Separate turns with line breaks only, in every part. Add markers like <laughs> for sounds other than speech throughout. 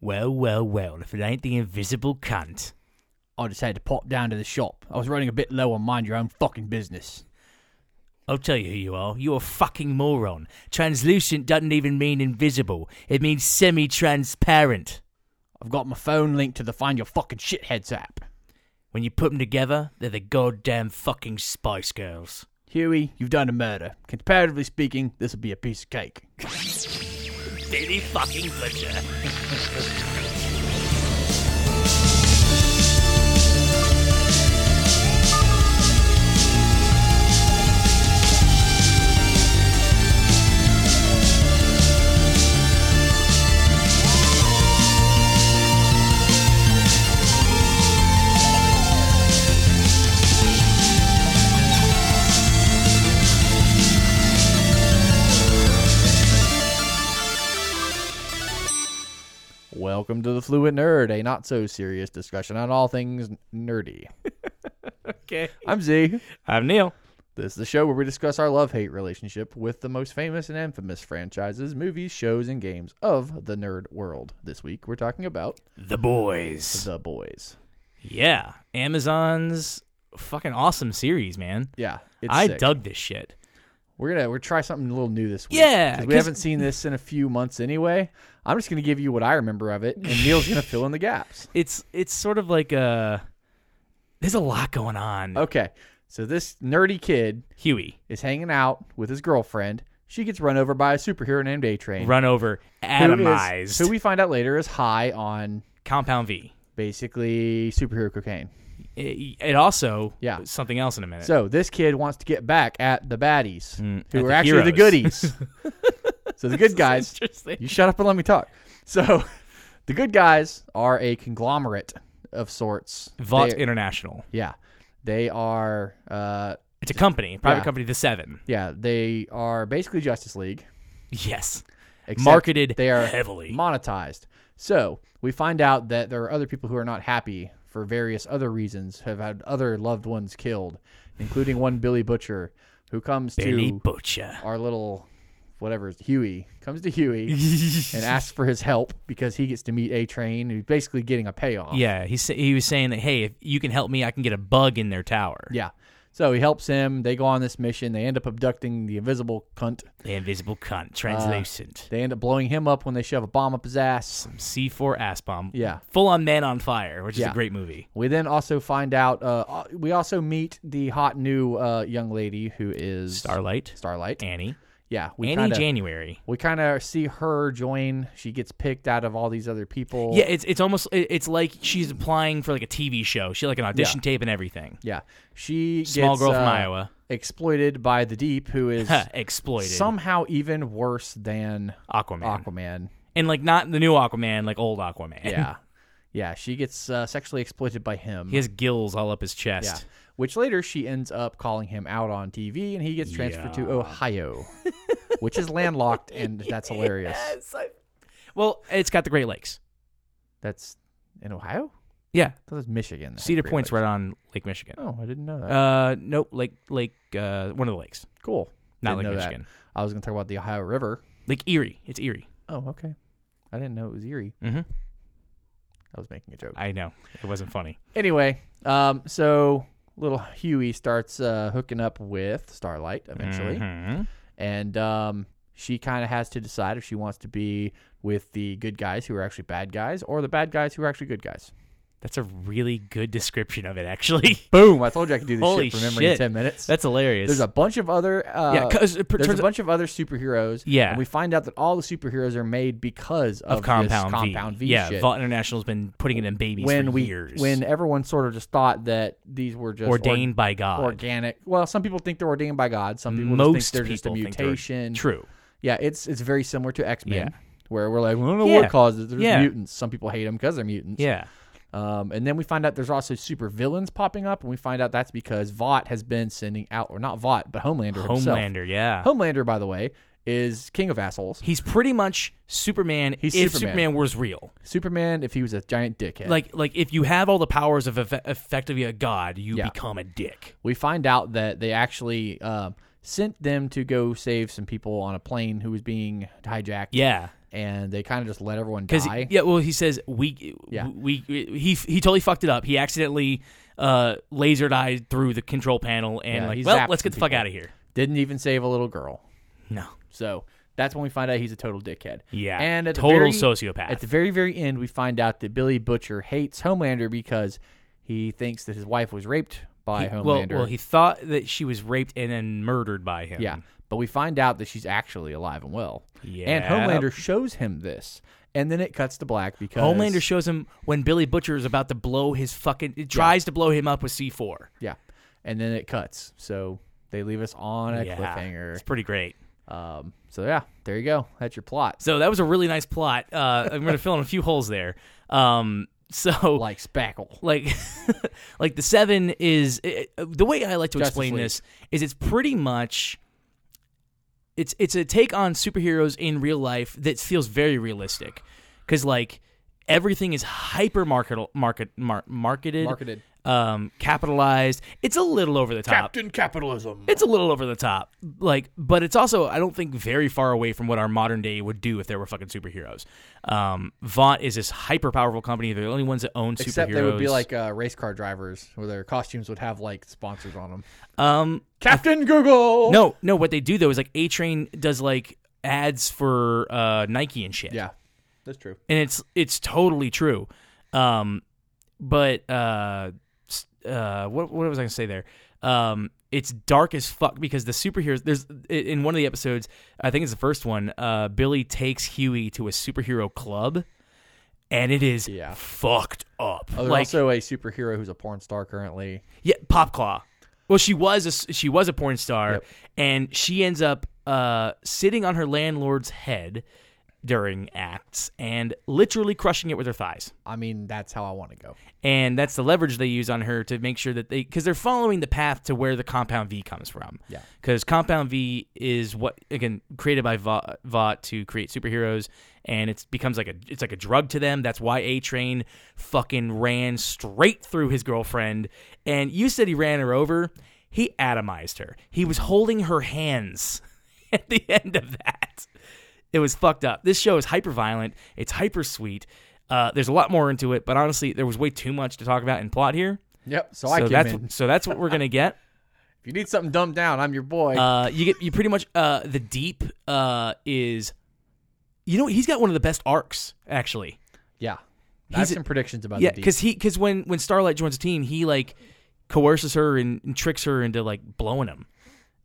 Well, well, well, if it ain't the invisible cunt.
I decided to pop down to the shop. I was running a bit low on mind your own fucking business.
I'll tell you who you are. You're a fucking moron. Translucent doesn't even mean invisible, it means semi transparent.
I've got my phone linked to the Find Your Fucking Shitheads app.
When you put them together, they're the goddamn fucking Spice Girls.
Huey, you've done a murder. Comparatively speaking, this will be a piece of cake.
Billy fucking Butcher.
Welcome to the Fluent Nerd, a not so serious discussion on all things nerdy.
Okay.
I'm Z.
I'm Neil.
This is the show where we discuss our love hate relationship with the most famous and infamous franchises, movies, shows, and games of the nerd world. This week, we're talking about
The Boys.
The Boys.
Yeah. Amazon's fucking awesome series, man.
Yeah, it's
I
sick.
dug this shit.
We're gonna we're try something a little new this week.
Yeah,
'cause
'cause-
we haven't seen this in a few months anyway. I'm just gonna give you what I remember of it, and Neil's gonna fill in the gaps.
It's it's sort of like a there's a lot going on.
Okay, so this nerdy kid
Huey
is hanging out with his girlfriend. She gets run over by a superhero named A Train.
run over atomized
Who we find out later is high on
compound V.
basically superhero cocaine.
It, it also
Yeah.
something else in a <laughs> minute.
So this kid wants to get back at the baddies, who
Mm, at
are
the
actually the
heroes. <laughs>
goodies. so the good guys.
Interesting.
You shut up and let me talk. So, <laughs> the good guys are a conglomerate of sorts.
Vought
They-
International.
yeah, they are. Uh,
It's a company, private
Yeah.
company, the Seven.
yeah, they are basically Justice League.
Yes,
except
Marketed
they are
heavily.
monetized. So we find out that there are other people who are not happy for various other reasons, have had other loved ones killed, including one Billy Butcher, who comes
Billy
to
Butcher.
our little whatever Huey comes
<laughs>
to Huey and asks for his help because he gets to meet A Train, who's basically getting a payoff.
Yeah, he sa- he was saying that hey, if you can help me, I can get a bug in their tower.
Yeah. So he helps him. They go on this mission. They end up abducting the invisible cunt.
The invisible
Uh,
cunt, translucent,
They end up blowing him up when they shove a bomb up his ass.
C4 ass bomb.
Yeah.
full on man on fire, which is
Yeah.
a great movie.
We then also find out. Uh, uh, we also meet the hot new uh, young lady who is
Starlight,
Starlight.
Annie,
Yeah, we
Annie
kind of
January.
we kind of see her join. She gets picked out of all these other people.
Yeah, it's it's almost it- it's like she's applying for like a TV show. She had, like an audition tape and everything.
yeah. She
Small
gets,
girl from
uh,
Iowa,
exploited by the deep, who is
<laughs> exploited
somehow even worse than
Aquaman.
Aquaman.
<laughs> and like not the new Aquaman, like old Aquaman.
Yeah, yeah. She gets uh, sexually exploited by
<laughs>
him.
he has gills all up his
Yeah.
chest.
Which later she ends up calling him out on TV and he gets transferred to
Yeah. <laughs>
Ohio, which is landlocked and that's hilarious.
Yes, I- well, it's got the Great Lakes.
That's in Ohio?
Yeah,
That was Michigan. that had
Cedar
Great
Point's
Lakes.
right on Lake Michigan.
Oh, I didn't know that.
Uh, nope, Lake Lake uh one of the lakes,
cool.
not
Didn't
Lake
know that.
Michigan,
I was going to talk about the Ohio River.
Lake Erie. It's Erie.
Oh, okay. I didn't know it was Erie.
Mm-hmm.
I was making a joke.
I know it wasn't funny.
Anyway, um, so little Huey starts uh, hooking up with Starlight eventually.
Mhm.
and um, she kind of has to decide if she wants to be with the good guys who are actually bad guys or the bad guys who are actually good guys.
That's a really good description of it, actually. <laughs>
Boom! I told you I could do this
Holy
shit from memory in
shit.
ten minutes.
That's hilarious.
there's a bunch of other uh,
yeah, 'cause it pr-
there's
turns
a
out-
bunch of other superheroes.
Yeah.
and we find out that all the superheroes are made because of,
of compound,
this compound V.
Yeah,
shit.
Vaught International's been putting it in babies
when
for
we
years.
when everyone sort of just thought that these were just
ordained by God.
or- organic. Well, some people think they're ordained by God. Some people
Most
just think they're just a
people think they're-
mutation.
True.
Yeah, it's it's very similar to X Men,
Yeah.
where we're like, we don't know
Yeah.
what causes. it. They're just
Yeah.
mutants. Some people hate them because they're mutants.
Yeah.
Um, and then we find out there's also super villains popping up, and we find out that's because Vought has been sending out, or not Vought, but Homelander himself.
Homelander, yeah.
Homelander, by the way, is king of assholes.
He's pretty much Superman
He's
if
Superman.
was real.
Superman, if he was a giant dickhead.
Like like if you have all the powers of eff- effectively a god, you
Yeah.
become a dick.
we find out that they actually um, sent them to go save some people on a plane who was being hijacked.
Yeah.
and they kind of just let everyone
Because
die.
yeah, well, he says we
Yeah.
we he he totally fucked it up. He accidentally uh lasered eyed through the control panel and
Yeah, he
like, well,
zapped
let's get the
some
fuck
people.
out of here.
Didn't even save a little girl.
No,
So that's when we find out he's a total dickhead.
yeah,
And at the
total
very-
sociopath.
At the very, very end, we find out that Billy Butcher hates Homelander because he thinks that his wife was raped by
He- well,
Homelander.
well, he thought that she was raped and then murdered by him.
yeah, but we find out that she's actually alive and well.
yeah.
And Homelander shows him this, and then it cuts to black because
Homelander shows him when Billy Butcher is about to blow his fucking. It tries to blow him up with C four.
yeah, and then it cuts. So they leave us on a
Yeah,
cliffhanger.
it's pretty great.
Um, so yeah, there you go. That's your plot.
So that was a really nice plot. Uh, I'm going to fill in a few holes there. Um, so
Like Spackle.
like <laughs> like the seven is it, it- the way I like to
Justice
explain
League.
this is it's pretty much it's it's a take on superheroes in real life that feels very realistic because like everything is hyper market market mar- marketed
Marketed.
um capitalized it's a little over the top
Capitalism.
it's a little over the top like but it's also i don't think very far away from what our modern day would do if there were fucking superheroes um vaunt is this hyper powerful company they're the only ones that own superheroes
Except they would be like uh, race car drivers, where their costumes would have like sponsors on them.
um
<laughs> Captain Google.
no no what they do though is like a train does like ads for uh nike and shit
Yeah, that's true.
and it's it's totally true um but uh s- uh what what was i gonna say there um it's dark as fuck because the superheroes there's i- in one of the episodes i think it's the first one uh billy takes huey to a superhero club and it is
Yeah.
fucked up
Oh, there's
like
also a superhero who's a porn star currently.
yeah, Pop Claw. Well, she was a she was a porn star,
Yep.
and she ends up uh, sitting on her landlord's head during acts and literally crushing it with her thighs.
I mean, that's how I want to go.
And that's the leverage they use on her to make sure that they because they're following the path to where the Compound V comes from.
Yeah.
because Compound V is what again created by Va- Vought to create superheroes, and it becomes like a it's like a drug to them. That's why A Train fucking ran straight through his girlfriend, and you said he ran her over. He atomized her. He was holding her hands <laughs> at the end of that. It was fucked up. This show is hyper violent. It's hyper sweet. Uh, there's a lot more into it, but honestly, there was way too much to talk about in plot here.
Yep. So, I
so
came
that's
in.
so that's what we're gonna
<laughs>
get.
If you need something dumbed down, I'm your boy.
Uh, you get you pretty much uh, the deep uh, is, you know, he's got one of the best arcs actually.
yeah. I have
he's a-
some predictions about
Yeah,
the deep.
because he because when when Starlight joins the team, he like coerces her and, and tricks her into like blowing him.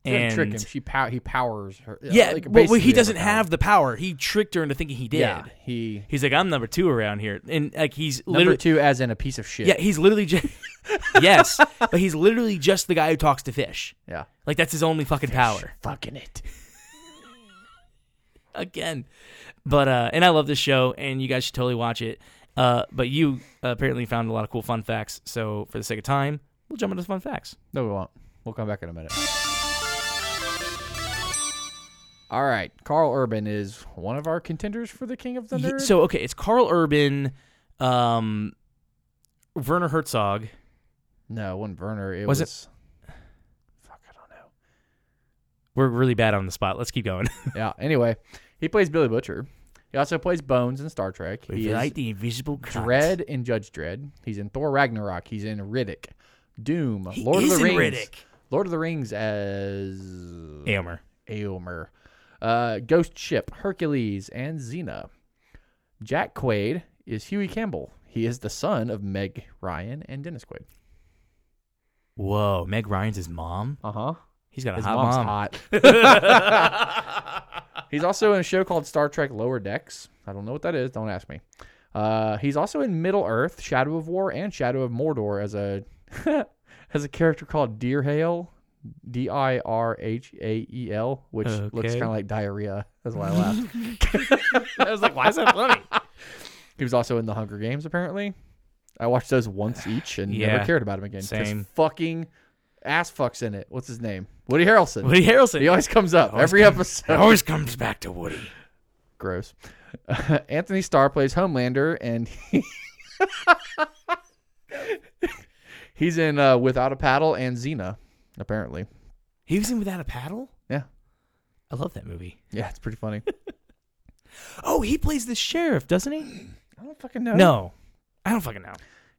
Don't
And
trick him. She pow- he powers her.
yeah,
like,
well, well,
basically
he doesn't
overpower.
have the power. He tricked her into thinking he did.
Yeah, he
He's like, I'm number two around here, and like he's
number
literally
two as in a piece of shit.
yeah, he's literally just <laughs> yes, but he's literally just the guy who talks to fish.
yeah.
Like that's his only fucking power.
Fucking it.
again. But uh, and I love this show, and you guys should totally watch it. Uh, but you uh, apparently found a lot of cool fun facts, so for the sake of time, we'll jump into fun facts.
No, we won't. We'll come back in a minute. All right, Carl Urban is one of our contenders for the King of the
Ye-
Nerd.
So okay, it's Carl Urban, um, Werner Herzog.
no, it wasn't Werner. It
Was
was,
it-
Fuck, I don't
We're really bad on the spot. Let's keep <laughs> going.
know. yeah. Anyway, he plays Billy Butcher. He also plays Bones in Star Trek. He is
the invisible
Dread in Judge Dredd. He's in Thor Ragnarok. He's in Riddick, Doom,
He
Lord
is
of the
in
Rings.
Riddick.
Lord of the Rings as
Aylmer.
Aomer, uh, Ghost Ship, Hercules, and Xena. Jack Quaid is Huey Campbell. He is the son of Meg Ryan and Dennis Quaid.
Whoa, Meg Ryan's his mom.
Uh huh.
He's got a
His
hot
mom's
mom.
hot.
<laughs>
he's also in a show called Star Trek Lower Decks. I don't know what that is. Don't ask me. Uh, he's also in Middle Earth, Shadow of War, and Shadow of Mordor as a <laughs> as a character called Deer Hale, D I R H A E L, which looks
Okay.
kind of like diarrhea. That's why I laughed.
<laughs> I was like, why is that funny?
He was also in the Hunger Games, apparently. I watched those once each and
Yeah.
never cared about him again. 'cause
Same.
Fucking ass fucks in it. What's his name? Woody Harrelson.
<laughs> Woody Harrelson.
He always comes up every
It
episode. <laughs>
always comes back to Woody.
Gross. <laughs> Anthony Starr plays Homelander, and he <laughs> he's in uh, Without a Paddle and Xena, apparently.
He was in Without a Paddle.
Yeah.
I love that movie. <laughs>
Yeah, it's pretty funny.
Oh, he plays the sheriff, doesn't he?
I don't fucking know.
No, I don't fucking know.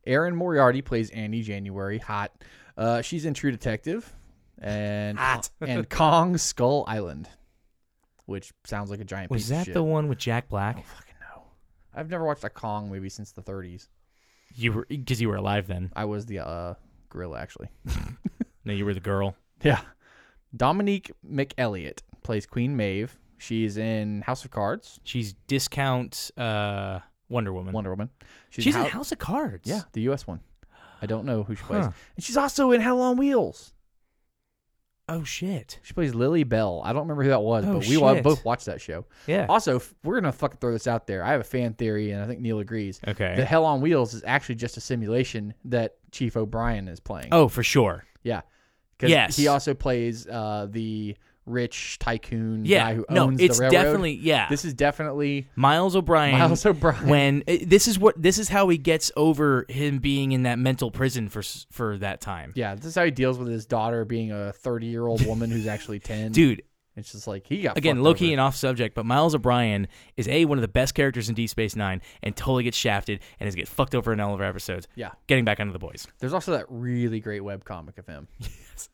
Erin Moriarty plays Andy January. Hot. Uh, she's in True Detective, and
Hot.
and Kong Skull Island, which sounds like a giant.
Was
piece of
that
shit.
the one with Jack Black?
Fucking no. I've never watched a Kong movie since the 30s.
You were because you were alive then.
I was the uh, gorilla actually.
No, you were the girl.
Yeah. Dominique McElliott plays Queen Maeve. She's in House of Cards,
She's discount uh, Wonder Woman.
Wonder Woman. She's,
She's
in
in
Hou-
House of Cards.
Yeah, the U.S. one. I don't know who she plays.
Huh.
And she's also in Hell on Wheels.
Oh shit.
She plays Lily Bell. I don't remember who that was,
Oh,
but we wa-
shit.
both watched that show.
Yeah.
Also, f- we're gonna fucking throw this out there. I have a fan theory, and I think Neil agrees.
Okay.
The Hell on Wheels is actually just a simulation that Chief O'Brien is playing.
oh, for sure.
Yeah. 'Cause
Yes.
He also plays uh, the rich tycoon
Yeah.
guy who
no,
owns
it's
the railroad.
definitely yeah.
This is definitely
Miles O'Brien.
Miles O'Brien.
When eh, this is what this is how he gets over him being in that mental prison for s- for that time.
<laughs> yeah, this is how he deals with his daughter being a 30 year old woman who's actually 10.
Dude,
It's just like he got
again,
fucked
low key
over.
and off subject, but Miles O'Brien is a one of the best characters in D Space Nine, and totally gets shafted and is get fucked over in all of our episodes.
Yeah.
Getting back onto the boys.
There's also that really great webcomic
<laughs>
of him. Yes.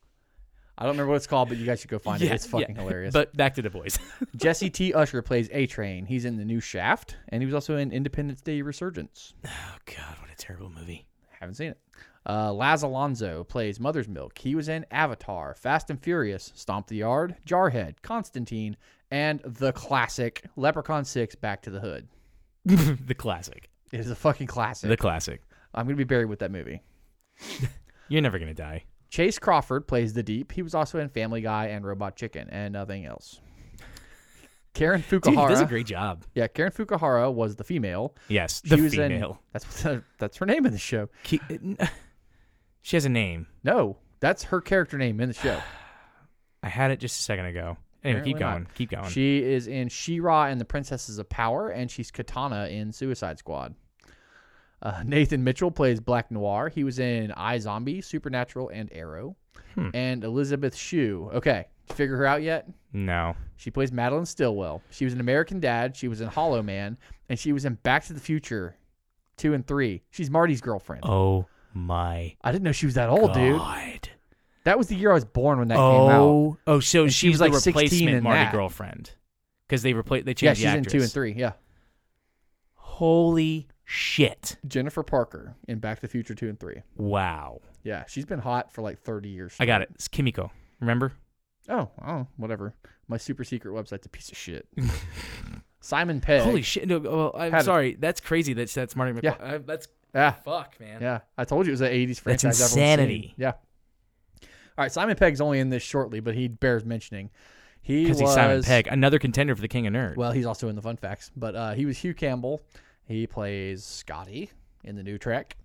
I don't remember what it's called, but you guys should go find it. It's fucking
<laughs>
hilarious.
But back to the boys.
Jesse T. Usher plays A Train. He's in the new Shaft, and he was also in Independence Day Resurgence.
oh God, what a terrible movie. <laughs>
Haven't seen it. Uh, Laz Alonso plays Mother's Milk. He was in Avatar, Fast and Furious, Stomp the Yard, Jarhead, Constantine, and the classic Leprechaun 6 Back to the Hood.
the classic.
It is a fucking classic.
The classic.
I'm going to be buried with that movie.
You're never gonna die.
Chase Crawford plays the Deep. He was also in Family Guy and Robot Chicken and nothing else. Karen
<laughs> Dude, he
Fukuhara.
does a great job.
yeah, Karen Fukuhara was the female.
Yes,
She
the
was in-
female.
that's what the, that's her name in the show.
Ki- <laughs> she has a name.
No, that's her character name in the show.
I had it just a second ago. Anyway, keep
Apparently
going. Keep going.
She is in She-Ra and the Princesses of Power, and she's Katana in Suicide Squad. Uh, <laughs> Nathan Mitchell plays Black Noir. He was in I Zombie, Supernatural, and Arrow.
Hmm.
And Elizabeth Shue. Okay, figure her out yet?
no.
She plays Madeline Stillwell. She was an American Dad. She was in Hollow Man, and she was in Back to the Future, two and three. She's Marty's girlfriend.
Oh my
I didn't know she was that old, dude.
god.
That was the year I was born when that came out.
Oh, oh, so
And
she was like the
16 in
replacement Marty
that.
girlfriend because they replaced they
Yeah,
changed
she's
the
in
actress.
two and three. Yeah,
Holy shit!
Jennifer Parker in Back to the Future two and three.
Wow,
Yeah, she's been hot for like thirty years.
I got it. It's Kimiko. Remember?
Oh, oh, whatever. My super secret website's a piece of
<laughs>
shit. Simon Pegg.
Holy shit! No, well, I'm
Had it.
sorry. That's crazy. That's that's Marty. McFly.
Yeah.
Uh, that's
yeah,
fuck, man.
yeah. I told you it was an '80s
That's
franchise. everyone's seen.
insanity.
Yeah. All right, Simon Pegg's only in this shortly, but he bears mentioning. He
Because
was
he's Simon Pegg, another contender for the King of Nerd.
Well, he's also in the fun facts, but uh, he was Hugh Campbell. He plays Scotty in the new Trek.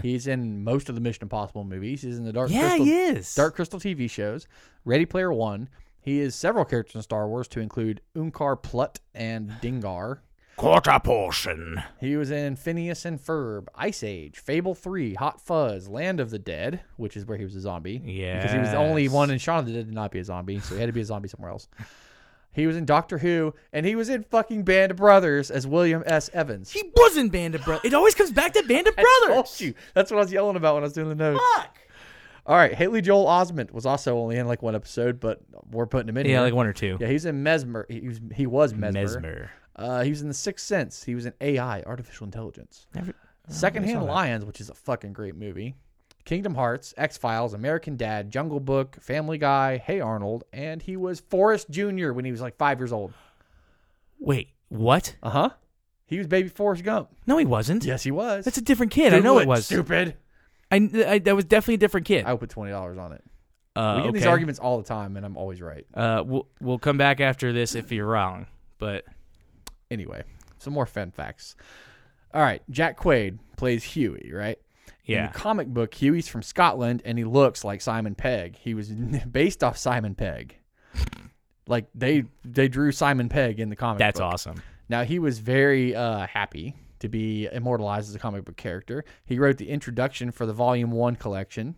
He's in most of the Mission Impossible movies. He's in the Dark
yeah,
Crystal
he is.
Dark Crystal TV shows, Ready Player One. He is several characters in Star Wars to include Unkar Plutt and Dingar.
quarter portion.
He was in Phineas and Ferb, Ice Age, Fable 3, Hot Fuzz, Land of the Dead, which is where he was a zombie. Because he was the only
Yes.
one in Shaun of the Dead to not be a zombie, so he had to be a zombie somewhere else. He was in Doctor Who, and he was in fucking Band of Brothers as William S. Evans.
He wasn't Band of Brothers. It always comes back to Band of
I
Brothers.
told you. That's what I was yelling about when I was doing the notes.
Fuck.
All right, Haley Joel Osment was also only in like one episode, but we're putting him in
Yeah,
here.
like one or two.
Yeah, he was in Mesmer. He was he was Mesmer.
Mesmer.
Uh, he was in The Sixth Sense. He was in AI, Artificial Intelligence.
Never-
Secondhand Lions, which is a fucking great movie. Kingdom Hearts, X Files, American Dad, Jungle Book, Family Guy, Hey Arnold, and he was Forrest Jr. when he was like five years old.
Wait, what?
Uh huh. He was baby Forrest Gump.
No, Uh-huh. he wasn't.
Yes, he was.
That's a different kid. I know it was.
stupid.
I, I that was definitely a different kid.
I would put twenty dollars on it.
Uh,
We get these
okay.
arguments all the time, and I'm always right.
Uh, we'll we'll come back after this if you're wrong, but
Anyway, some more fun facts. All right, Jack Quaid plays Huey, right? In
yeah,
the comic book, Huey's from Scotland and he looks like Simon Pegg. He was <laughs> based off Simon Pegg. Like they they drew Simon Pegg in the comic
that's
book.
awesome.
Now he was very uh, happy to be immortalized as a comic book character. He wrote the introduction for the volume 1 collection.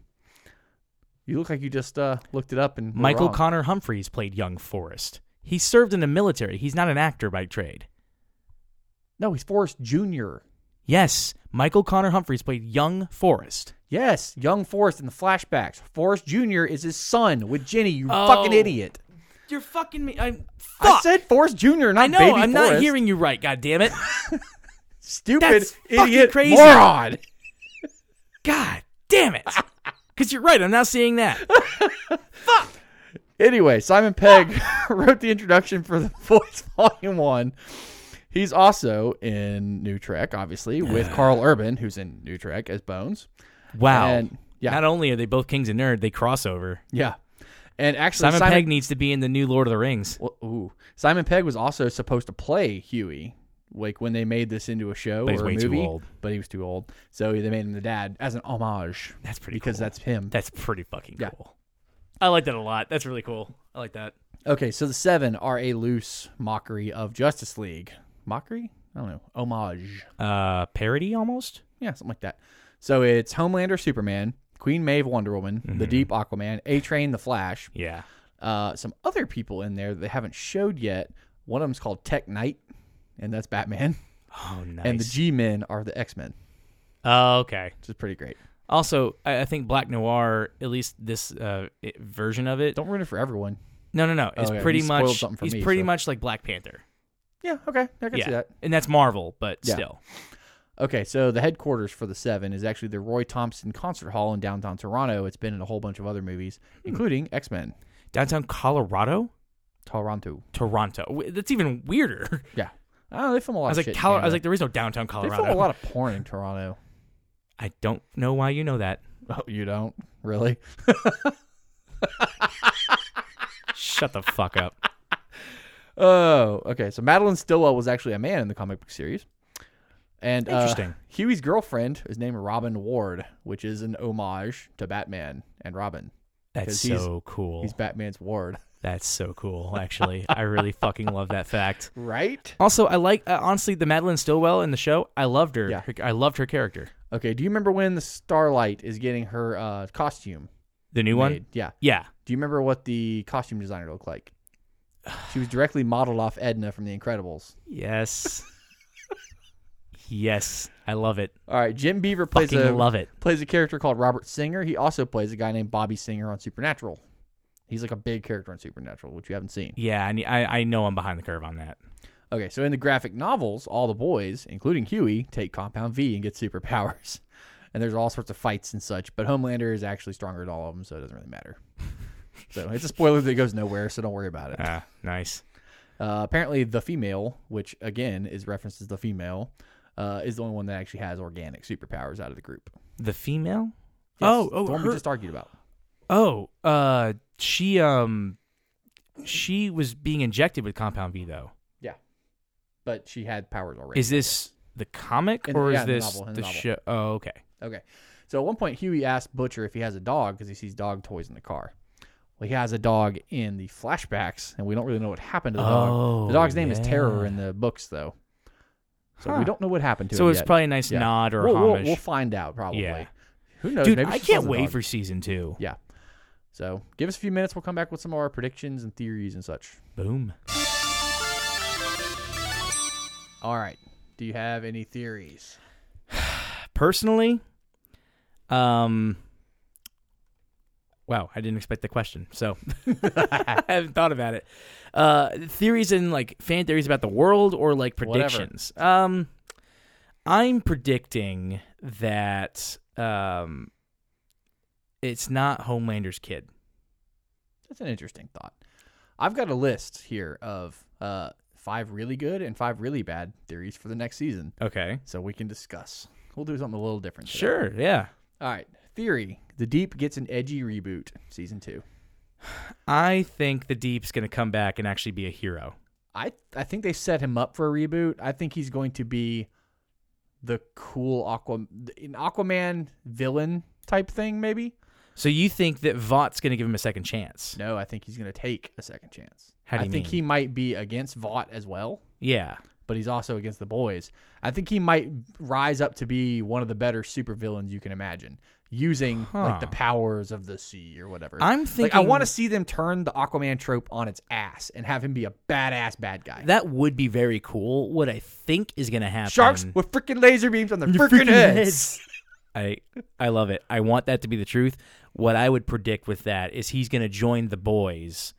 You look like you just uh, looked it up and were
Michael
wrong.
Connor Humphreys played young Forrest. He served in the military. He's not an actor by trade.
No, he's Forrest Jr.
Yes, Michael Connor Humphreys played young Forrest.
Yes, young Forrest in the flashbacks. Forrest Jr. is his son with Jenny. You fucking
Oh.
idiot.
You're fucking me. I'm
I said Forrest Jr. Not
I know.
Baby
I'm not
Forrest.
hearing you right. God
<laughs>
damn it.
Stupid
That's fucking
idiot
crazy. <laughs>
moron.
God damn it.
<laughs>
Because you're right. I'm now seeing that.
Anyway, Simon Pegg <laughs> wrote the introduction for The Voice Volume 1. He's also in New Trek, obviously, with Carl Urban, who's in New Trek as Bones.
Wow.
And- yeah.
Not only are they both kings and nerd, they cross over.
Yeah. And actually,
Simon,
Simon,
Pegg needs to be in the new Lord of the Rings.
Well, ooh. Simon Pegg was also supposed to play Huey, like when they made this into a show
But he's
or a
way too
movie.
old.
But he was too old, so they made him the dad as an homage
That's pretty
because
cool.
that's him.
That's pretty fucking
Yeah.
cool. I like that a lot. That's really cool. I like that.
Okay, so the seven are a loose mockery of Justice League. Mockery? I don't know. Homage.
Uh, parody almost.
Yeah, something like that. So it's Homelander, Superman, Queen Maeve, Wonder Woman,
Mm-hmm.
the Deep, Aquaman, A Train, the Flash.
Yeah.
Uh, some other people in there that they haven't showed yet. One of them's called Tech Knight, and that's Batman. <laughs>
Oh, nice.
And the G Men are the X Men,
oh, okay.
which is pretty great.
Also, I, I think Black Noir, at least this uh, it, version of it.
Don't ruin it for everyone.
No, no, no. It's
Oh, yeah,
pretty
you spoiled
much.
something for
He's
me,
pretty
so-
much like Black Panther.
Yeah, okay, I can see
Yeah,
that.
and that's Marvel, but
Yeah.
still.
Okay, so the headquarters for the Seven is actually the Roy Thompson Concert Hall in downtown Toronto. It's been in a whole bunch of other movies,
Hmm.
including X Men.
Downtown Colorado,
Toronto.
Toronto. W- That's even weirder. <laughs>
Yeah, I don't know. They film a lot.
I was like,
of Oh, shit in
Colo- I was like,
Canada.
there is no downtown
they
Colorado.
film a lot of porn
<laughs>
in Toronto.
I don't know why you know that.
Oh, you don't really?
Shut the fuck
<laughs>
up.
Oh, okay. So Madeline Stillwell was actually a man in the comic book series, and uh,
Interesting.
Huey's girlfriend is named Robin Ward, which is an homage to Batman and Robin.
That's
'Cause he's-
so cool.
He's Batman's ward,
That's so cool. Actually, I really fucking love that fact.
right?
<laughs> Also, I like uh, honestly the Madeline Stillwell in the show. I loved her.
Yeah.
Her- I loved her character.
Okay, do you remember when the Starlight is getting her uh, costume?
The new one.
made? Yeah.
Yeah.
Do you remember what the costume designer looked like?
<sighs>
She was directly modeled off Edna from The Incredibles.
<laughs> Yes. yes. I love it.
All right, Jim Beaver plays
Fucking
a
love it.
plays a character called Robert Singer. He also plays a guy named Bobby Singer on Supernatural. He's like a big character on Supernatural, which you haven't seen.
Yeah. I, ne- I I know I'm behind the curve on that.
Okay, so in the graphic novels, all the boys, including Huey, take Compound V and get superpowers. <laughs> And there's all sorts of fights and such, but Homelander is actually stronger than all of them, so it doesn't
<laughs>
really matter. so it's a spoiler that goes nowhere, so don't worry about it.
Ah, nice.
Uh, apparently, the female, which again is references the female, uh, is the only one that actually has organic superpowers out of the group.
The female.
Yes,
oh. Oh.
the one
her-
we just argued about.
Oh, uh, she um, she was being injected with Compound V though.
But she had powers already.
Is this the comic
In the-
or
yeah,
is
in the
this
novel, in
the
the novel.
show? Oh, okay.
Okay. So at one point, Huey asked Butcher if he has a dog because he sees dog toys in the car. Well, he has a dog in the flashbacks, and we don't really know what happened to the dog.
Oh,
The dog's name is
yeah.
Terror in the books, though. So
Huh.
we don't know what happened to
So
him
it's
yet.
probably a nice
Yeah.
nod or
we'll,
a
we'll-
homage.
We'll, find out, probably.
Yeah.
Who knows?
Dude,
Maybe
I
she
can't
still has a
wait
dog.
for season two.
Yeah. So give us a few minutes. We'll come back with some of our predictions and theories and such.
Boom.
All right. Do you have any theories?
Personally, um, wow, I didn't expect the question, so <laughs> I haven't thought about it. Uh, theories and like fan theories about the world or like
Whatever.
predictions. Um, I'm predicting that um, it's not Homelander's kid.
That's an interesting thought. I've got a list here of uh, five really good and five really bad theories for the next season,
Okay.
so we can discuss. We'll do something a little different. today.
Sure. Yeah.
All right. Theory: The Deep gets an edgy reboot, season two.
I think the Deep's going to come back and actually be a hero.
I I think they set him up for a reboot. I think he's going to be the cool Aqua, an Aquaman villain type thing, maybe.
So you think that Vought's going to give him a second chance?
No, I think he's going to take a second chance.
How do
I
you
think
mean?
he might be against Vought as well,
Yeah.
but he's also against the boys. I think he might rise up to be one of the better supervillains you can imagine, using like the
Huh.
powers of the sea or whatever.
I'm
like I
thinking-
want to see them turn the Aquaman trope on its ass and have him be a badass bad guy.
That would be very cool. What I think is going to happen. <laughs>
Sharks with freaking laser beams on their
Your
freaking
freaking
heads.
I I love it. I want that to be the truth. What I would predict with that is he's going to join the boys,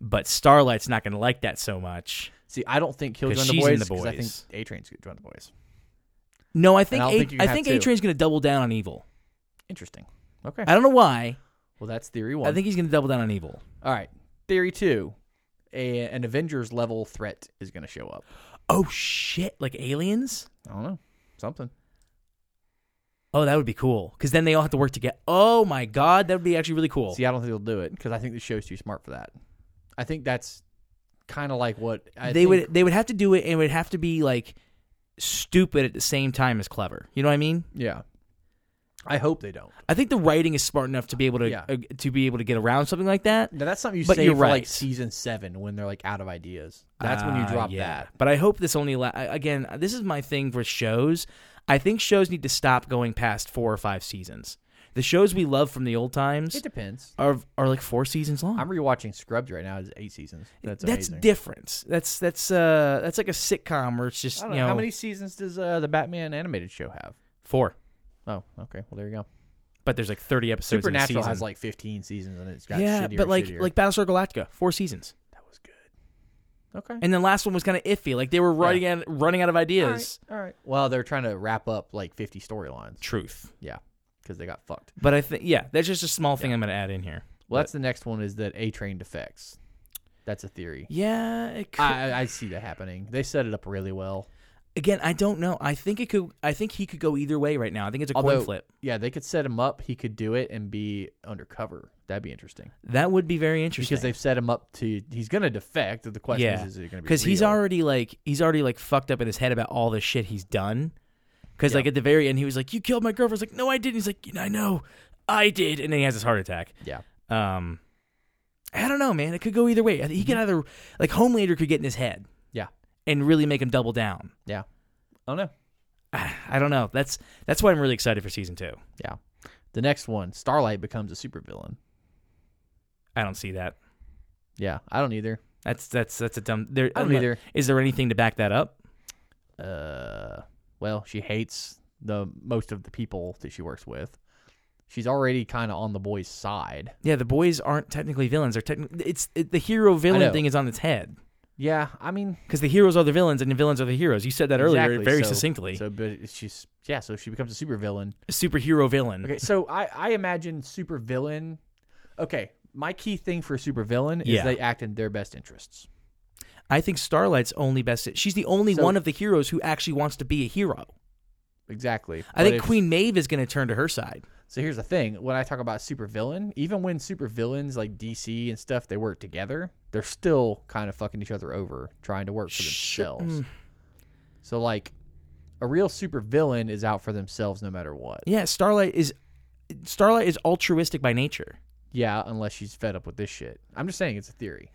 but Starlight's not going to like that so much.
See, I don't think he'll
'Cause
join the
she's in
boys
the
'cause I think
boys.
A Train's going to join the boys.
No, I think
I
I,
don't think you
I
have
think
to.
A Train's going to double down on evil.
Interesting. Okay.
I don't know why.
Well, that's theory one.
I think he's going to double down on evil.
All right. Theory two, a, an Avengers level threat is going to show up.
Oh shit! Like aliens?
I don't know. Something.
Oh, that would be cool. Because then they all have to work together. Oh my god, that would be actually really cool.
See, I don't think they'll do it because I think the show's too smart for that. I think that's kind of like what I
they
think-
would they would have to do it and it would have to be like stupid at the same time as clever. You know what I mean?
Yeah. I hope they don't.
I think the writing is smart enough to be able to
Yeah.
uh, to be able to get around something like that.
Now that's something you
But
say
you're
for like
right.
season seven when they're like out of ideas. That's when you
Ah,
drop
yeah.
that.
But I hope this only la- I- again. This is my thing for shows. I think shows need to stop going past four or five seasons. The shows we love from the old times
It depends.
are are like four seasons long.
I'm rewatching Scrubs right now. It's eight seasons. That's
Hmm. that's
amazing.
different. That's that's uh that's like a sitcom where it's just
I
you
don't
know,
know, how many seasons does uh, the Batman animated show have?
four,
Oh, okay. Well, there you go.
but there's like thirty episodes. in a
Supernatural
season.
has like 15 seasons and it's got
yeah,
shittier
but
and
like
shittier.
like Battlestar Galactica, four seasons,
that was good. Okay.
and the last one was kind of iffy. Like they were running out running out of
All
ideas.
right. All right. Well, they're trying to wrap up like 50 storylines.
Truth.
Yeah, because they got fucked.
But I think yeah, that's just a small thing I'm going to add in here. But-
Well, that's the next one is that A Train defects. That's a theory.
yeah, it could,
I, I see that happening. They set it up really well.
again, I don't know. I think it could. I think he could go either way right now. I think it's a
Although-
coin flip.
Yeah, they could set him up. He could do it and be undercover. That'd be interesting
That would be very
because
interesting
they've set him up to. He's gonna defect. The question
Yeah.
is, is it gonna be?
because he's
real?
already like he's already like fucked up in his head about all the shit he's done. Because
Yeah.
like at the very end, he was like, "You killed my girlfriend." I was like, "No, I didn't." He's like, "I know, I did," and then he has his heart attack.
Yeah.
Um, I don't know, man. It could go either way. I think He
Mm-hmm.
could either like Homelander could get in his head,
Yeah.
and really make him double down.
Yeah. I don't know.
I don't know. That's that's why I'm really excited for season two.
Yeah. The next one, Starlight becomes a supervillain.
I don't see that.
Yeah, I don't either.
That's that's that's a dumb. There,
I don't either.
Is there anything to back that up?
uh, well, she hates the most of the people that she works with. She's already kind of on the boys' side.
Yeah, the boys aren't technically villains. They're technically it's it, the hero
know.
villain thing is on its head
Yeah, I mean
because the heroes are the villains and the villains are the heroes. You said that earlier
exactly,
very
so-
succinctly.
So, but she's yeah. So she becomes a supervillain.
Superhero villain.
Okay, so I I imagine supervillain. Okay, my key thing for a supervillain is
Yeah.
they act in their best interests.
I think Starlight's only best. She's the only
So-
one of the heroes who actually wants to be a hero.
Exactly.
I
But
think
if-
Queen Maeve is going to turn to her side.
So here's the thing: when I talk about supervillain, even when supervillains like DC and stuff they work together, they're still kind of fucking each other over, trying to work for
Sh-
themselves.
mm.
So like, a real supervillain is out for themselves no matter what.
Yeah, Starlight is Starlight is altruistic by nature.
Yeah, unless she's fed up with this shit. I'm just saying it's a theory.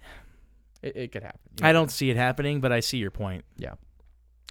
It, it could happen.
I don't see it happening, but I see your point.
Yeah.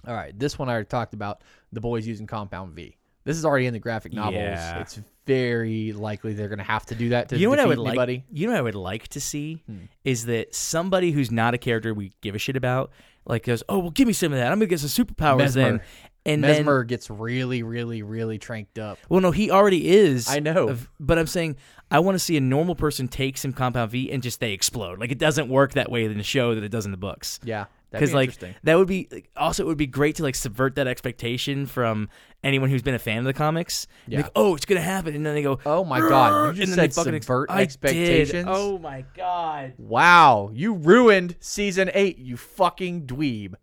All right. This one I already talked about the boys using Compound V. This is already in the graphic novels.
Yeah.
It's very likely they're going to have to do that to
you know what I
defeat
would
anybody.
like. You know what I would like to see is that somebody who's not a character we give a shit about, like goes, "Oh well, give me some of that. I'm gonna get some superpowers then."
Mesmer.
And then,
Mesmer gets really, really, really tranked up.
well, no, he already is.
I know.
Of- but I'm saying I want to see a normal person take some compound V and just they explode. Like it doesn't work that way in the show that it does in the books.
Yeah, that'd
Because
be
like
interesting.
that would be like, also it would be great to like subvert that expectation from anyone who's been a fan of the comics.
Yeah.
Like oh, it's gonna happen, and then they go,
Oh my God,
"Grr,"
you just
and then they
said
fucking ex-
subvert
I did.
expectations?
Oh my god.
Wow, you ruined season eight, you fucking dweeb.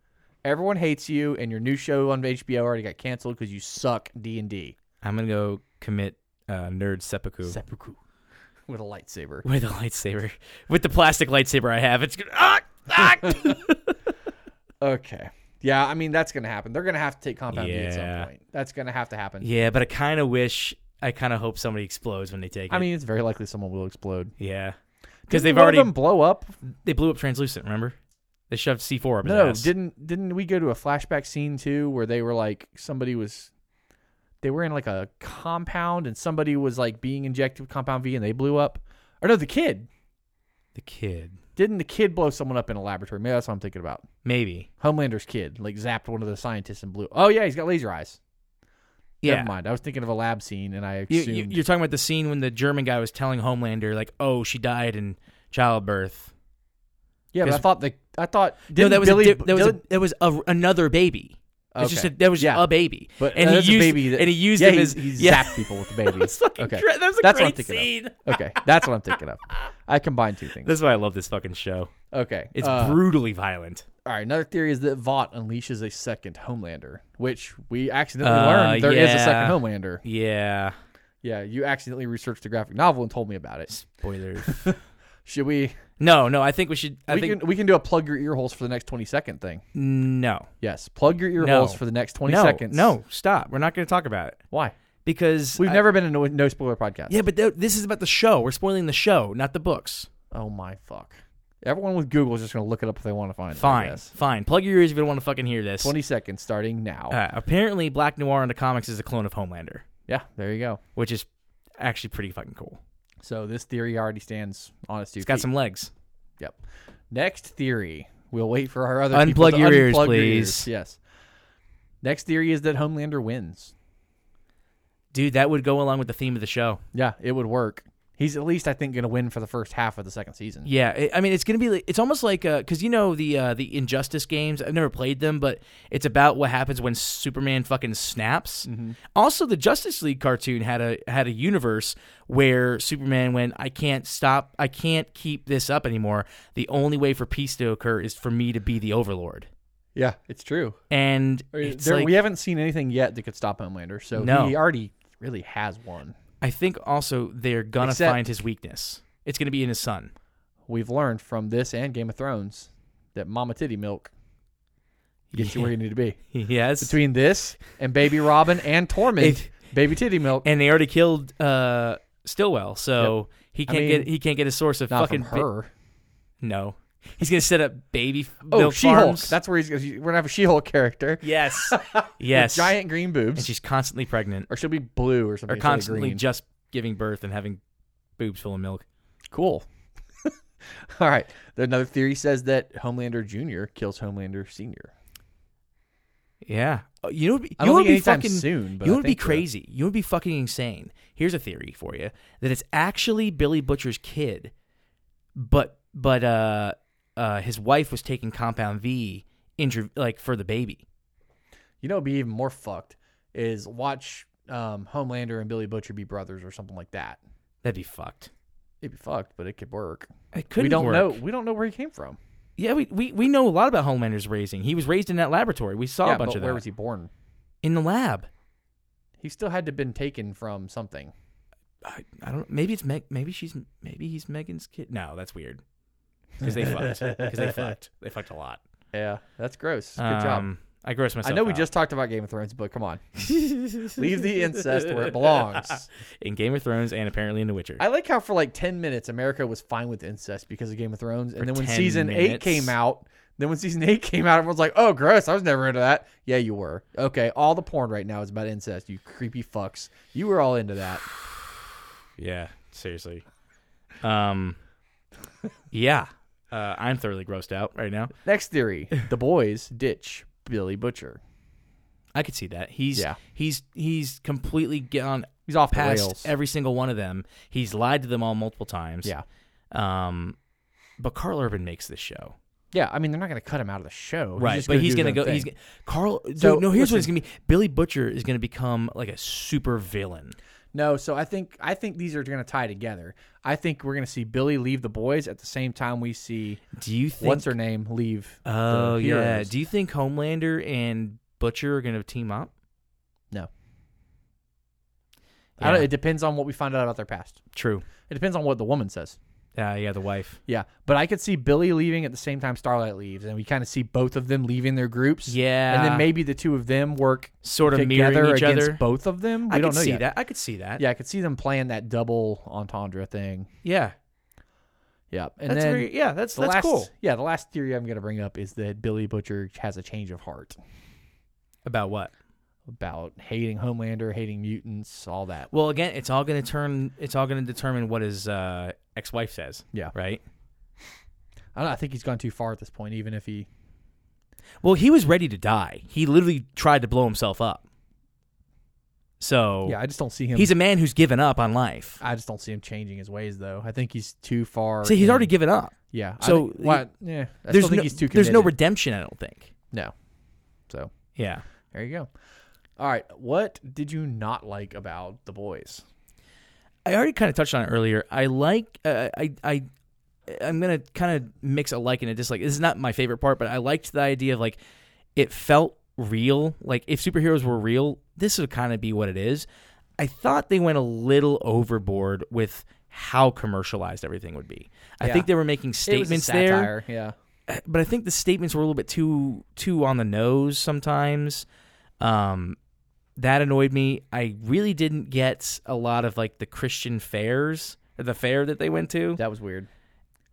Everyone hates you, and your new show on HBO already got canceled because you suck D and D.
I'm gonna go commit uh, nerd seppuku
Seppuku <laughs> with a lightsaber.
with a lightsaber, with the plastic lightsaber I have. It's gonna, ah,
<laughs>
ah!
Okay. Yeah, I mean that's gonna happen. They're gonna have to take compound B at
Yeah.
some point. That's gonna have to happen.
yeah, but I kind of wish, I kind of hope somebody explodes when they take
I
it.
mean, it's very likely someone will explode
yeah,
Didn't
because they've
one of
already
them blow up.
they blew up translucent. Remember? They shoved C four up his
No,
ass.
didn't didn't we go to a flashback scene too where they were like somebody was they were in like a compound and somebody was like being injected with compound V and they blew up. Or no, the kid.
the kid?
Didn't the kid blow someone up in a laboratory? Maybe that's what I'm thinking about.
Maybe.
Homelander's kid like zapped one of the scientists and blew. Oh yeah, he's got laser eyes.
Yeah.
Never mind. I was thinking of a lab scene and I
You,
assumed
you, you're talking about the scene when the German guy was telling Homelander like, "Oh, she died in childbirth."
Yeah, but I
because-
thought the I thought
No,
didn't
that was
Billy,
a, di- that was a, that was a, another baby. It's just a, that was just
Yeah.
a
<laughs>
baby.
But uh,
and
that's
he
a
used
baby that-
and he used
yeah,
him
he,
as
he
yeah.
zapped people <laughs> with
<laughs>
the baby.
That's fucking
okay.
cra- that was a
That's what I'm
great
thinking of.
scene.
okay, that's what I'm thinking of. I combined two <laughs> things.
That's why I love this fucking show.
Okay.
It's
uh,
brutally violent.
all right. Another theory is that Vought unleashes a second Homelander, which we accidentally
Uh,
learned there is a second
yeah.
Homelander.
Yeah.
Yeah, you accidentally researched the graphic novel and told me about it.
Spoilers.
Should we?
<laughs> no, no. I think we should. I
we
think
can we can do a plug your ear holes for the next twenty second thing.
no,
Yes, plug your ear
No.
holes for the next twenty
no,
seconds.
no. Stop. We're not going to talk about it
why?
because
We've
I-
never been a no, no spoiler podcast.
Yeah, but th- this is about the show. We're spoiling the show, not the books.
Oh my fuck! Everyone with Google is just gonna look it up if they want to find it. I
Fine,
guess.
fine. Plug your ears if you don't want to fucking hear this.
Twenty seconds starting now.
Uh, apparently, Black Noir in the comics is a clone of Homelander,
yeah, there you go.
which is actually pretty fucking cool.
So this theory already stands on its two
It's got
feet.
some legs.
Yep. Next theory. We'll wait for our other
Unplug
people to
your ears,
unplug
please.
Yes. Next theory is that Homelander wins.
Dude, that would go along with the theme of the show.
Yeah, it would work. He's at least I think going to win for the first half of the second season.
Yeah, it, I mean, it's gonna be. Like, it's almost like because you know the uh, the Injustice games. I've never played them, but it's about what happens when Superman fucking snaps. Also, the Justice League cartoon had a had a universe where Superman went, "I can't stop. I can't keep this up anymore. The only way for peace to occur is for me to be the Overlord."
Yeah, it's true.
And it's
There-
like,
we haven't seen anything yet that could stop Homelander, so
No.
he already really has one.
I think also they're gonna
Except-
find his weakness. It's gonna be in his
<laughs>
son.
We've learned from this and Game of Thrones that Mama Titty Milk gets you where you need to be.
yes.
Between this and Baby Robin and Torment, Baby Titty Milk
and they already killed uh, Stillwell, so he can't
mean,
get he can't get a source of
not
fucking
from her.
ba- no, he's gonna set up baby f-
oh,
milk
She-Hulk.
farms.
That's where he's. We're gonna have a She-Hulk character. <laughs>
yes,
with
yes.
giant green
and
boobs,
she's constantly pregnant
or she'll be blue or something.
or
instead of
constantly
green.
just giving birth and having boobs full of milk.
cool. <laughs> All right. Another theory says that Homelander Junior kills Homelander Senior.
Yeah, Oh, you know, what would be-
I
you
don't
would
think
be
anytime
fucking
soon, but
you
I
would be
think, uh,
crazy. You would be fucking insane. Here's a theory for you that it's actually Billy Butcher's kid, but but uh, uh, his wife was taking Compound V, intra- like for the baby.
You know, it'd be even more fucked is watch um, Homelander and Billy Butcher be brothers or something like that.
That'd be fucked.
It'd be fucked, but it could work.
It could.
we don't know. We don't know where he came from.
Yeah, we, we we know a lot about Homelander's raising. He was raised in that laboratory. We saw
yeah,
a bunch
but
of
where
that
was he born?
in the lab.
He still had to been taken from something.
I, I don't. Maybe it's Meg. Maybe she's. Maybe he's Megan's kid. No, that's weird. Because they fucked. Because
<laughs>
they fucked. They fucked a lot.
Yeah, that's gross. Good job.
Um, I grossed myself.
I know we
out.
just talked about Game of Thrones, but
<laughs>
come on, <laughs> leave the incest where it belongs.
in Game of Thrones and apparently in The Witcher.
I like how for like ten minutes America was fine with incest because of Game of Thrones, and
For
then when
10
season eight
minutes.
came out, then when season eight came out, everyone's like, "Oh, gross! I was never into that." Yeah, you were. Okay, all the porn right now is about incest. You creepy fucks. You were all into that.
yeah, seriously. Um. yeah, uh, I'm thoroughly grossed out right now. <laughs>
Next theory: the boys ditch Billy Butcher.
I could see that. He's
Yeah.
he's he's completely gone
He's off the
past
rails.
every single one of them. He's lied to them all multiple times.
yeah,
Um, but Carl Urban makes this show,
yeah. I mean, they're not gonna cut him out of the show, He's
right?
just
but
gonna
he's
do his
gonna
own
go.
thing.
He's gonna, Carl. Dude,
So,
no, here's what it's
listen.
gonna be. Billy Butcher is gonna become like a super villain.
No, so I think I think these are going to tie together. I think we're going to see Billy leave the boys at the same time we see
Do you think?
what's her name leave. the
oh yeah.
heroes.
Do you think Homelander and Butcher are gonna team up?
No. I don't,
Yeah.
it depends on what we find out about their past.
True.
It depends on what the woman says.
Uh, yeah, the wife.
Yeah, but I could see Billy leaving at the same time Starlight leaves, and we kind of see both of them leaving their groups.
Yeah,
and then maybe the two of them work
sort of
together
mirroring each
against
other.
both of them. We
I
don't
could
know
see
yet.
that. I could see that.
Yeah, I could see them playing that double entendre thing.
Yeah.
Yeah. And
That's
then
very, yeah. That's
the
that's
last,
cool.
Yeah, the last theory I'm gonna bring up is that Billy Butcher has a change of heart
About what?
about hating Homelander, hating mutants, all that.
Well, again, it's all going to turn. It's all going to determine what his uh, ex-wife says.
Yeah.
Right.
I don't know, I think he's gone too far at this point, even if he
Well, he was ready to die. He literally tried to blow himself up. So
Yeah, I just don't see him
Oh. he's a man who's given up on life.
I just don't see him changing his ways though. I think he's too far.
See, he's
in-
already given up.
Yeah. I
so
think- what? Yeah. I
there's
still think
no,
he's too.
there's no
committed.
redemption. I don't think.
No. So
Yeah.
there you go. All right. What did you not like about the boys?
I already kind of touched on it earlier. I like uh, I I I'm gonna kind of mix a like and a dislike. This is not my favorite part, but I liked the idea of like it felt real. Like if superheroes were real, this would kind of be what it is. I thought they went a little overboard with how commercialized everything would be. I
Yeah.
think they were making statements there
there. Yeah.
but I think the statements were a little bit too too on the nose sometimes. Um, that annoyed me. I really didn't get a lot of like the Christian fairs, the fair that they went to.
That
<laughs>
was weird.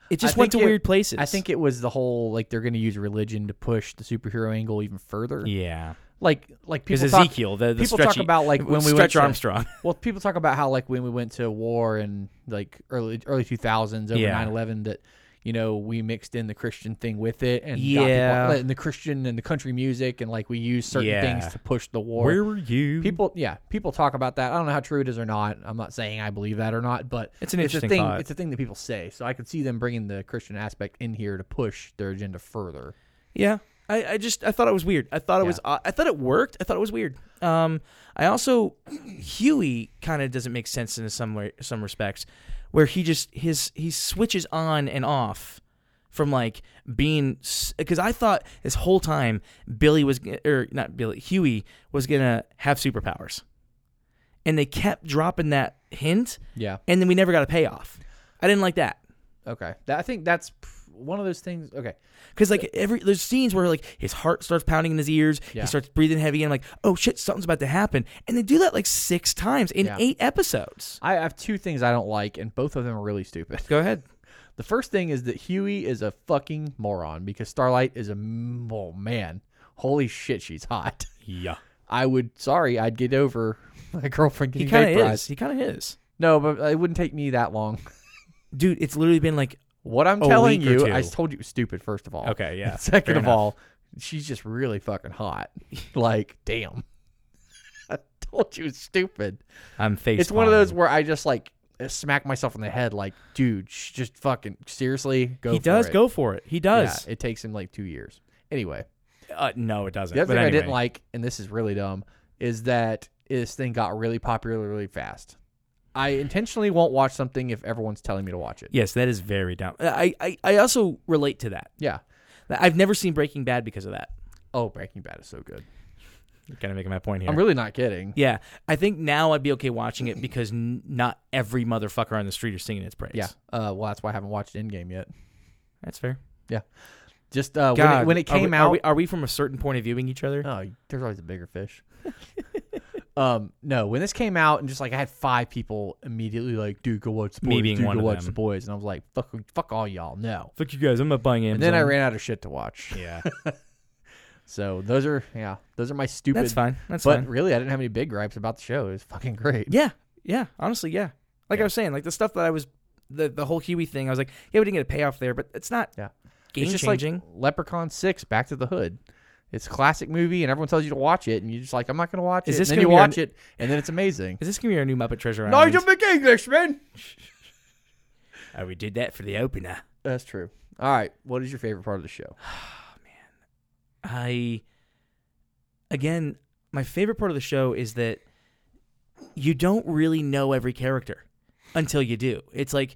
It just
I
went to
think it-
weird places.
I think it was the whole like they're going to use religion to push the superhero angle even further.
yeah,
Like like
because
people talk,
Ezekiel, the, the
people
stretchy, <laughs>
talk about like when we went
stretch
to,
Armstrong.
Well, people talk about how like when we went to war in like early early 2000s over
Yeah.
9/11 that you know we mixed in the Christian thing with it and
Yeah.
got people, and the Christian and the country music and like we used certain
Yeah.
things to push the war.
were you?
people yeah, people talk about that. I don't know how true it is or not. I'm not saying I believe that or not, but
It's an
a
interesting
thing
thought.
it's a thing that people say. So I could see them bringing the Christian aspect in here to push their agenda further.
Yeah. I, I just I thought it was weird. I thought it was I thought it worked. I thought it was weird. Um, I also Huey kind of doesn't make sense in some way, some respects, where he just his he switches on and off from like being because I thought this whole time Billy was g- or not Billy Huey was gonna have superpowers, and they kept dropping that hint,
Yeah.
and then we never got a payoff. I didn't like that.
Okay. That, I think that's pr- one of those things. Okay.
Because like every there's scenes where like his heart starts pounding in his ears,
Yeah.
he starts breathing heavy, and I'm like, oh shit, something's about to happen, and they do that like six times in
Yeah.
eight episodes.
I have two things I don't like, and both of them are really stupid.
Go ahead.
The first thing is that Huey is a fucking moron because Starlight is a m- oh man, holy shit, she's hot.
Yeah,
I would sorry, I'd get over my girlfriend
he
getting
kind of is.
vaporized.
He kind of is,
No, but it wouldn't take me that long.
dude. It's literally been like
What I'm
A
telling
week or
you,
two.
I told you it was stupid. First of all,
Okay, yeah,
And <laughs> Second
fair
of
enough.
all, she's just really fucking hot. <laughs> like, damn. <laughs> I told you it's stupid.
I'm face.
it's one of those where I just like smack myself in the head, like, dude, sh- just fucking seriously go.
he
for
does
it.
go for it. He does.
Yeah, it takes him like two years. Anyway,
uh, no, it doesn't.
the other
but
thing I
anyway.
didn't like, and this is really dumb, is that this thing got really popular really fast. I intentionally won't watch something if everyone's telling me to watch it.
Yes, that is very dumb. I, I I also relate to that.
Yeah.
I've never seen Breaking Bad because of that.
Oh, Breaking Bad is so good.
You're kind of making my point here.
I'm really not kidding.
yeah, I think now I'd be okay watching it because n- not every motherfucker on the street is singing its praise.
Yeah. Uh, well, that's why I haven't watched Endgame yet.
that's fair.
Just uh, when, it, when it
are we-
came
are
out,
we, are we from a certain point of viewing each other?
<laughs> Oh, there's always a bigger fish. <laughs> um, no, when this came out, and just like I had five people immediately like, dude, go watch the boys.
Me being
dude,
one
go
of
watch
them.
the boys, and I was like, fuck, fuck all y'all, no.
Fuck you guys! I'm not buying Amazon.
And then I ran out of shit
<laughs>
to watch.
Yeah,
So those are yeah, those are my stupid.
that's fine. That's
but
fine.
really, I didn't have any big gripes about the show. It was fucking great.
Yeah, yeah. Honestly, yeah. Like I was saying, like the stuff that I was, the the whole Huey thing. I was like, yeah, we didn't get a payoff there, but it's not
Yeah.
game
it's just
changing.
like Leprechaun Six: Back to the Hood. It's a classic movie, and everyone tells you to watch it, and you're just like, I'm not gonna watch
Is
it.
this
and then
gonna
you
be our
watch it, and then it's
<laughs>
amazing.
Is this gonna be our new Muppet Treasure Island?
Nigel McEnglishman.
Oh, we did that for the opener.
That's true. All right, what is your favorite part of the show?
I again, my favorite part of the show is that you don't really know every character until you do. It's like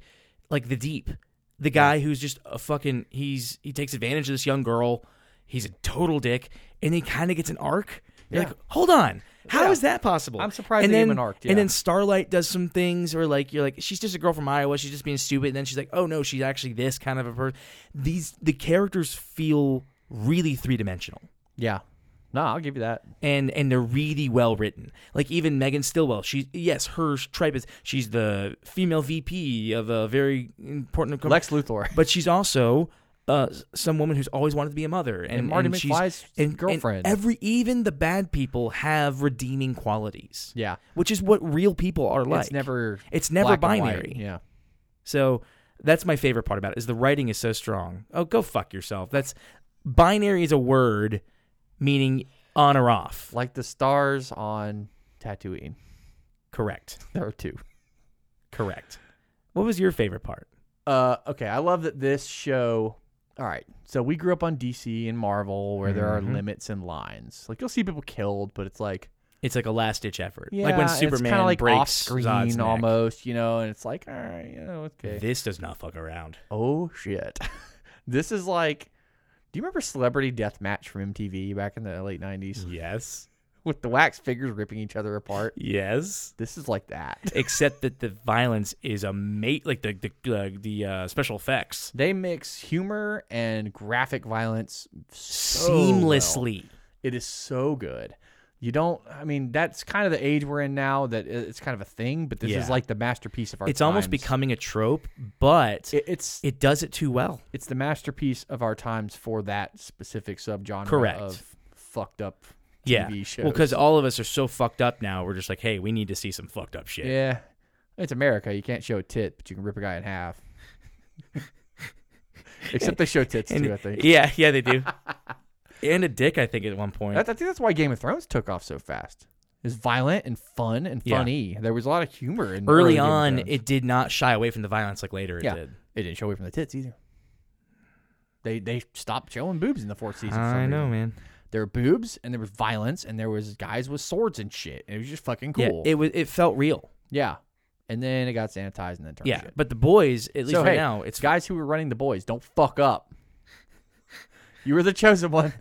like the deep, the guy who's just a fucking he's he takes advantage of this young girl. He's a total dick, and he kind of gets an arc. You're
Yeah.
like, hold on, how is
Yeah.
that possible?
I'm surprised
and
they gave
then
him an arc, yeah.
And then Starlight does some things where like you're like she's just a girl from Iowa, she's just being stupid, and then she's like, oh no, she's actually this kind of a person. These the characters feel really three dimensional.
Yeah. No, I'll give you that.
and and they're really well written. Like even Megan Stillwell, she yes, her stripe is she's the female VP of a very important company,
Lex Luthor <laughs>
but she's also uh, s- some woman who's always wanted to be a mother, and,
and Marty
she's-
McFly's
and- and
girlfriend.
every even the bad people have redeeming qualities,
yeah,
which is what real people are like.
it's never
it's never
black and white.
binary.
Yeah,
So that's my favorite part about it is the writing is so strong. Oh, go fuck yourself. That's binary is a word meaning on or off.
like the stars on Tatooine. <laughs>
Correct.
There are two.
Correct. What was your favorite part?
Uh, okay, I love that this show. All right, so we grew up on DC and Marvel, where there are
Mhm.
limits and lines. Like you'll see people killed, but it's like
It's like a last ditch effort.
yeah,
like when
and it's
Superman
kinda like
breaks
off screen
Zod's neck.
almost, you know, and it's like, all right, you know, okay.
This does not fuck around.
oh shit, <laughs> this is like. Do you remember Celebrity Deathmatch from MTV back in the late '90s
Yes.
with the wax figures ripping each other apart? <laughs>
Yes.
This is like that.
Except that the violence is a mate like the the uh, the uh, special effects
They mix humor and graphic violence so well.
seamlessly.
It is so good. You don't. I mean, that's kind of the age we're in now. That i- it's kind of a thing. But this
Yeah.
is like the masterpiece of our.
It's almost
times.
becoming a trope, but
It- it's
it does it too well.
it's the masterpiece of our times for that specific subgenre
Correct.
of fucked up TV
yeah.
shows.
Well, because all of us are so fucked up now, we're just like, hey, we need to see some fucked up shit.
yeah, it's America. You can't show a tit, but you can rip a guy in
<laughs>
half. Except they show tits
And-
too. I think.
yeah, yeah, they
<laughs>
do. and a dick, I think, at one point.
That, I think that's why Game of Thrones took off so fast. It's violent and fun and
Yeah.
funny. There was a lot of humor in
early,
Game of
on,
Thrones.
it did not shy away from the violence like later it
Yeah.
did.
It didn't show away from the tits either. They they stopped showing boobs in the fourth season. for some
I know,
reason.
man.
There were boobs and there was violence and there was guys with swords and shit. It was just fucking cool.
Yeah, it was. It felt real.
Yeah. And then it got sanitized and then turned
Yeah,
shit.
but the boys, at least
So,
right
hey,
now, it's
Guys who were running the boys, don't fuck up. <laughs> you were the
<laughs>
chosen one.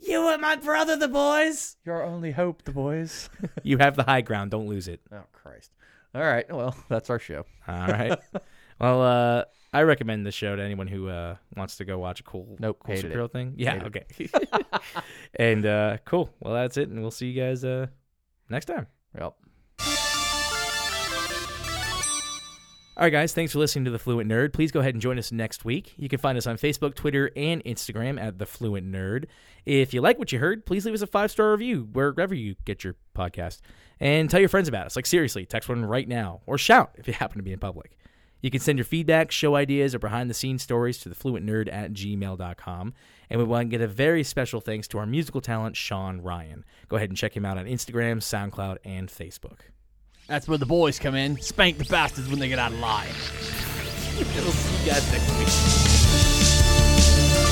you and my brother, the
<laughs>
boys.
Your only hope,
<laughs>
the boys.
you have the high ground. Don't lose it.
oh Christ. All right. Well, that's our show.
All right. well, uh, I recommend this show to anyone who uh, wants to go watch a cool,
Nope,
cool
hated it.
superhero thing. Yeah.
Hated
okay. <laughs> and uh, cool. Well, that's it, and we'll see you guys uh, next time.
Yep.
All right, guys, thanks for listening to The Fluent Nerd. Please go ahead and join us next week. You can find us on Facebook, Twitter, and Instagram at The Fluent Nerd. If you like what you heard, please leave us a five star review wherever you get your podcast. And tell your friends about us. Like, seriously, text one right now or shout if you happen to be in public. You can send your feedback, show ideas, or behind the scenes stories to thefluentnerd at gmail.com. And we want to get a very special thanks to our musical talent, Sean Ryan. Go ahead and check him out on Instagram, SoundCloud, and Facebook.
That's where the boys come in. Spank the bastards
<laughs>
when they get out of line.
We'll see you guys next week.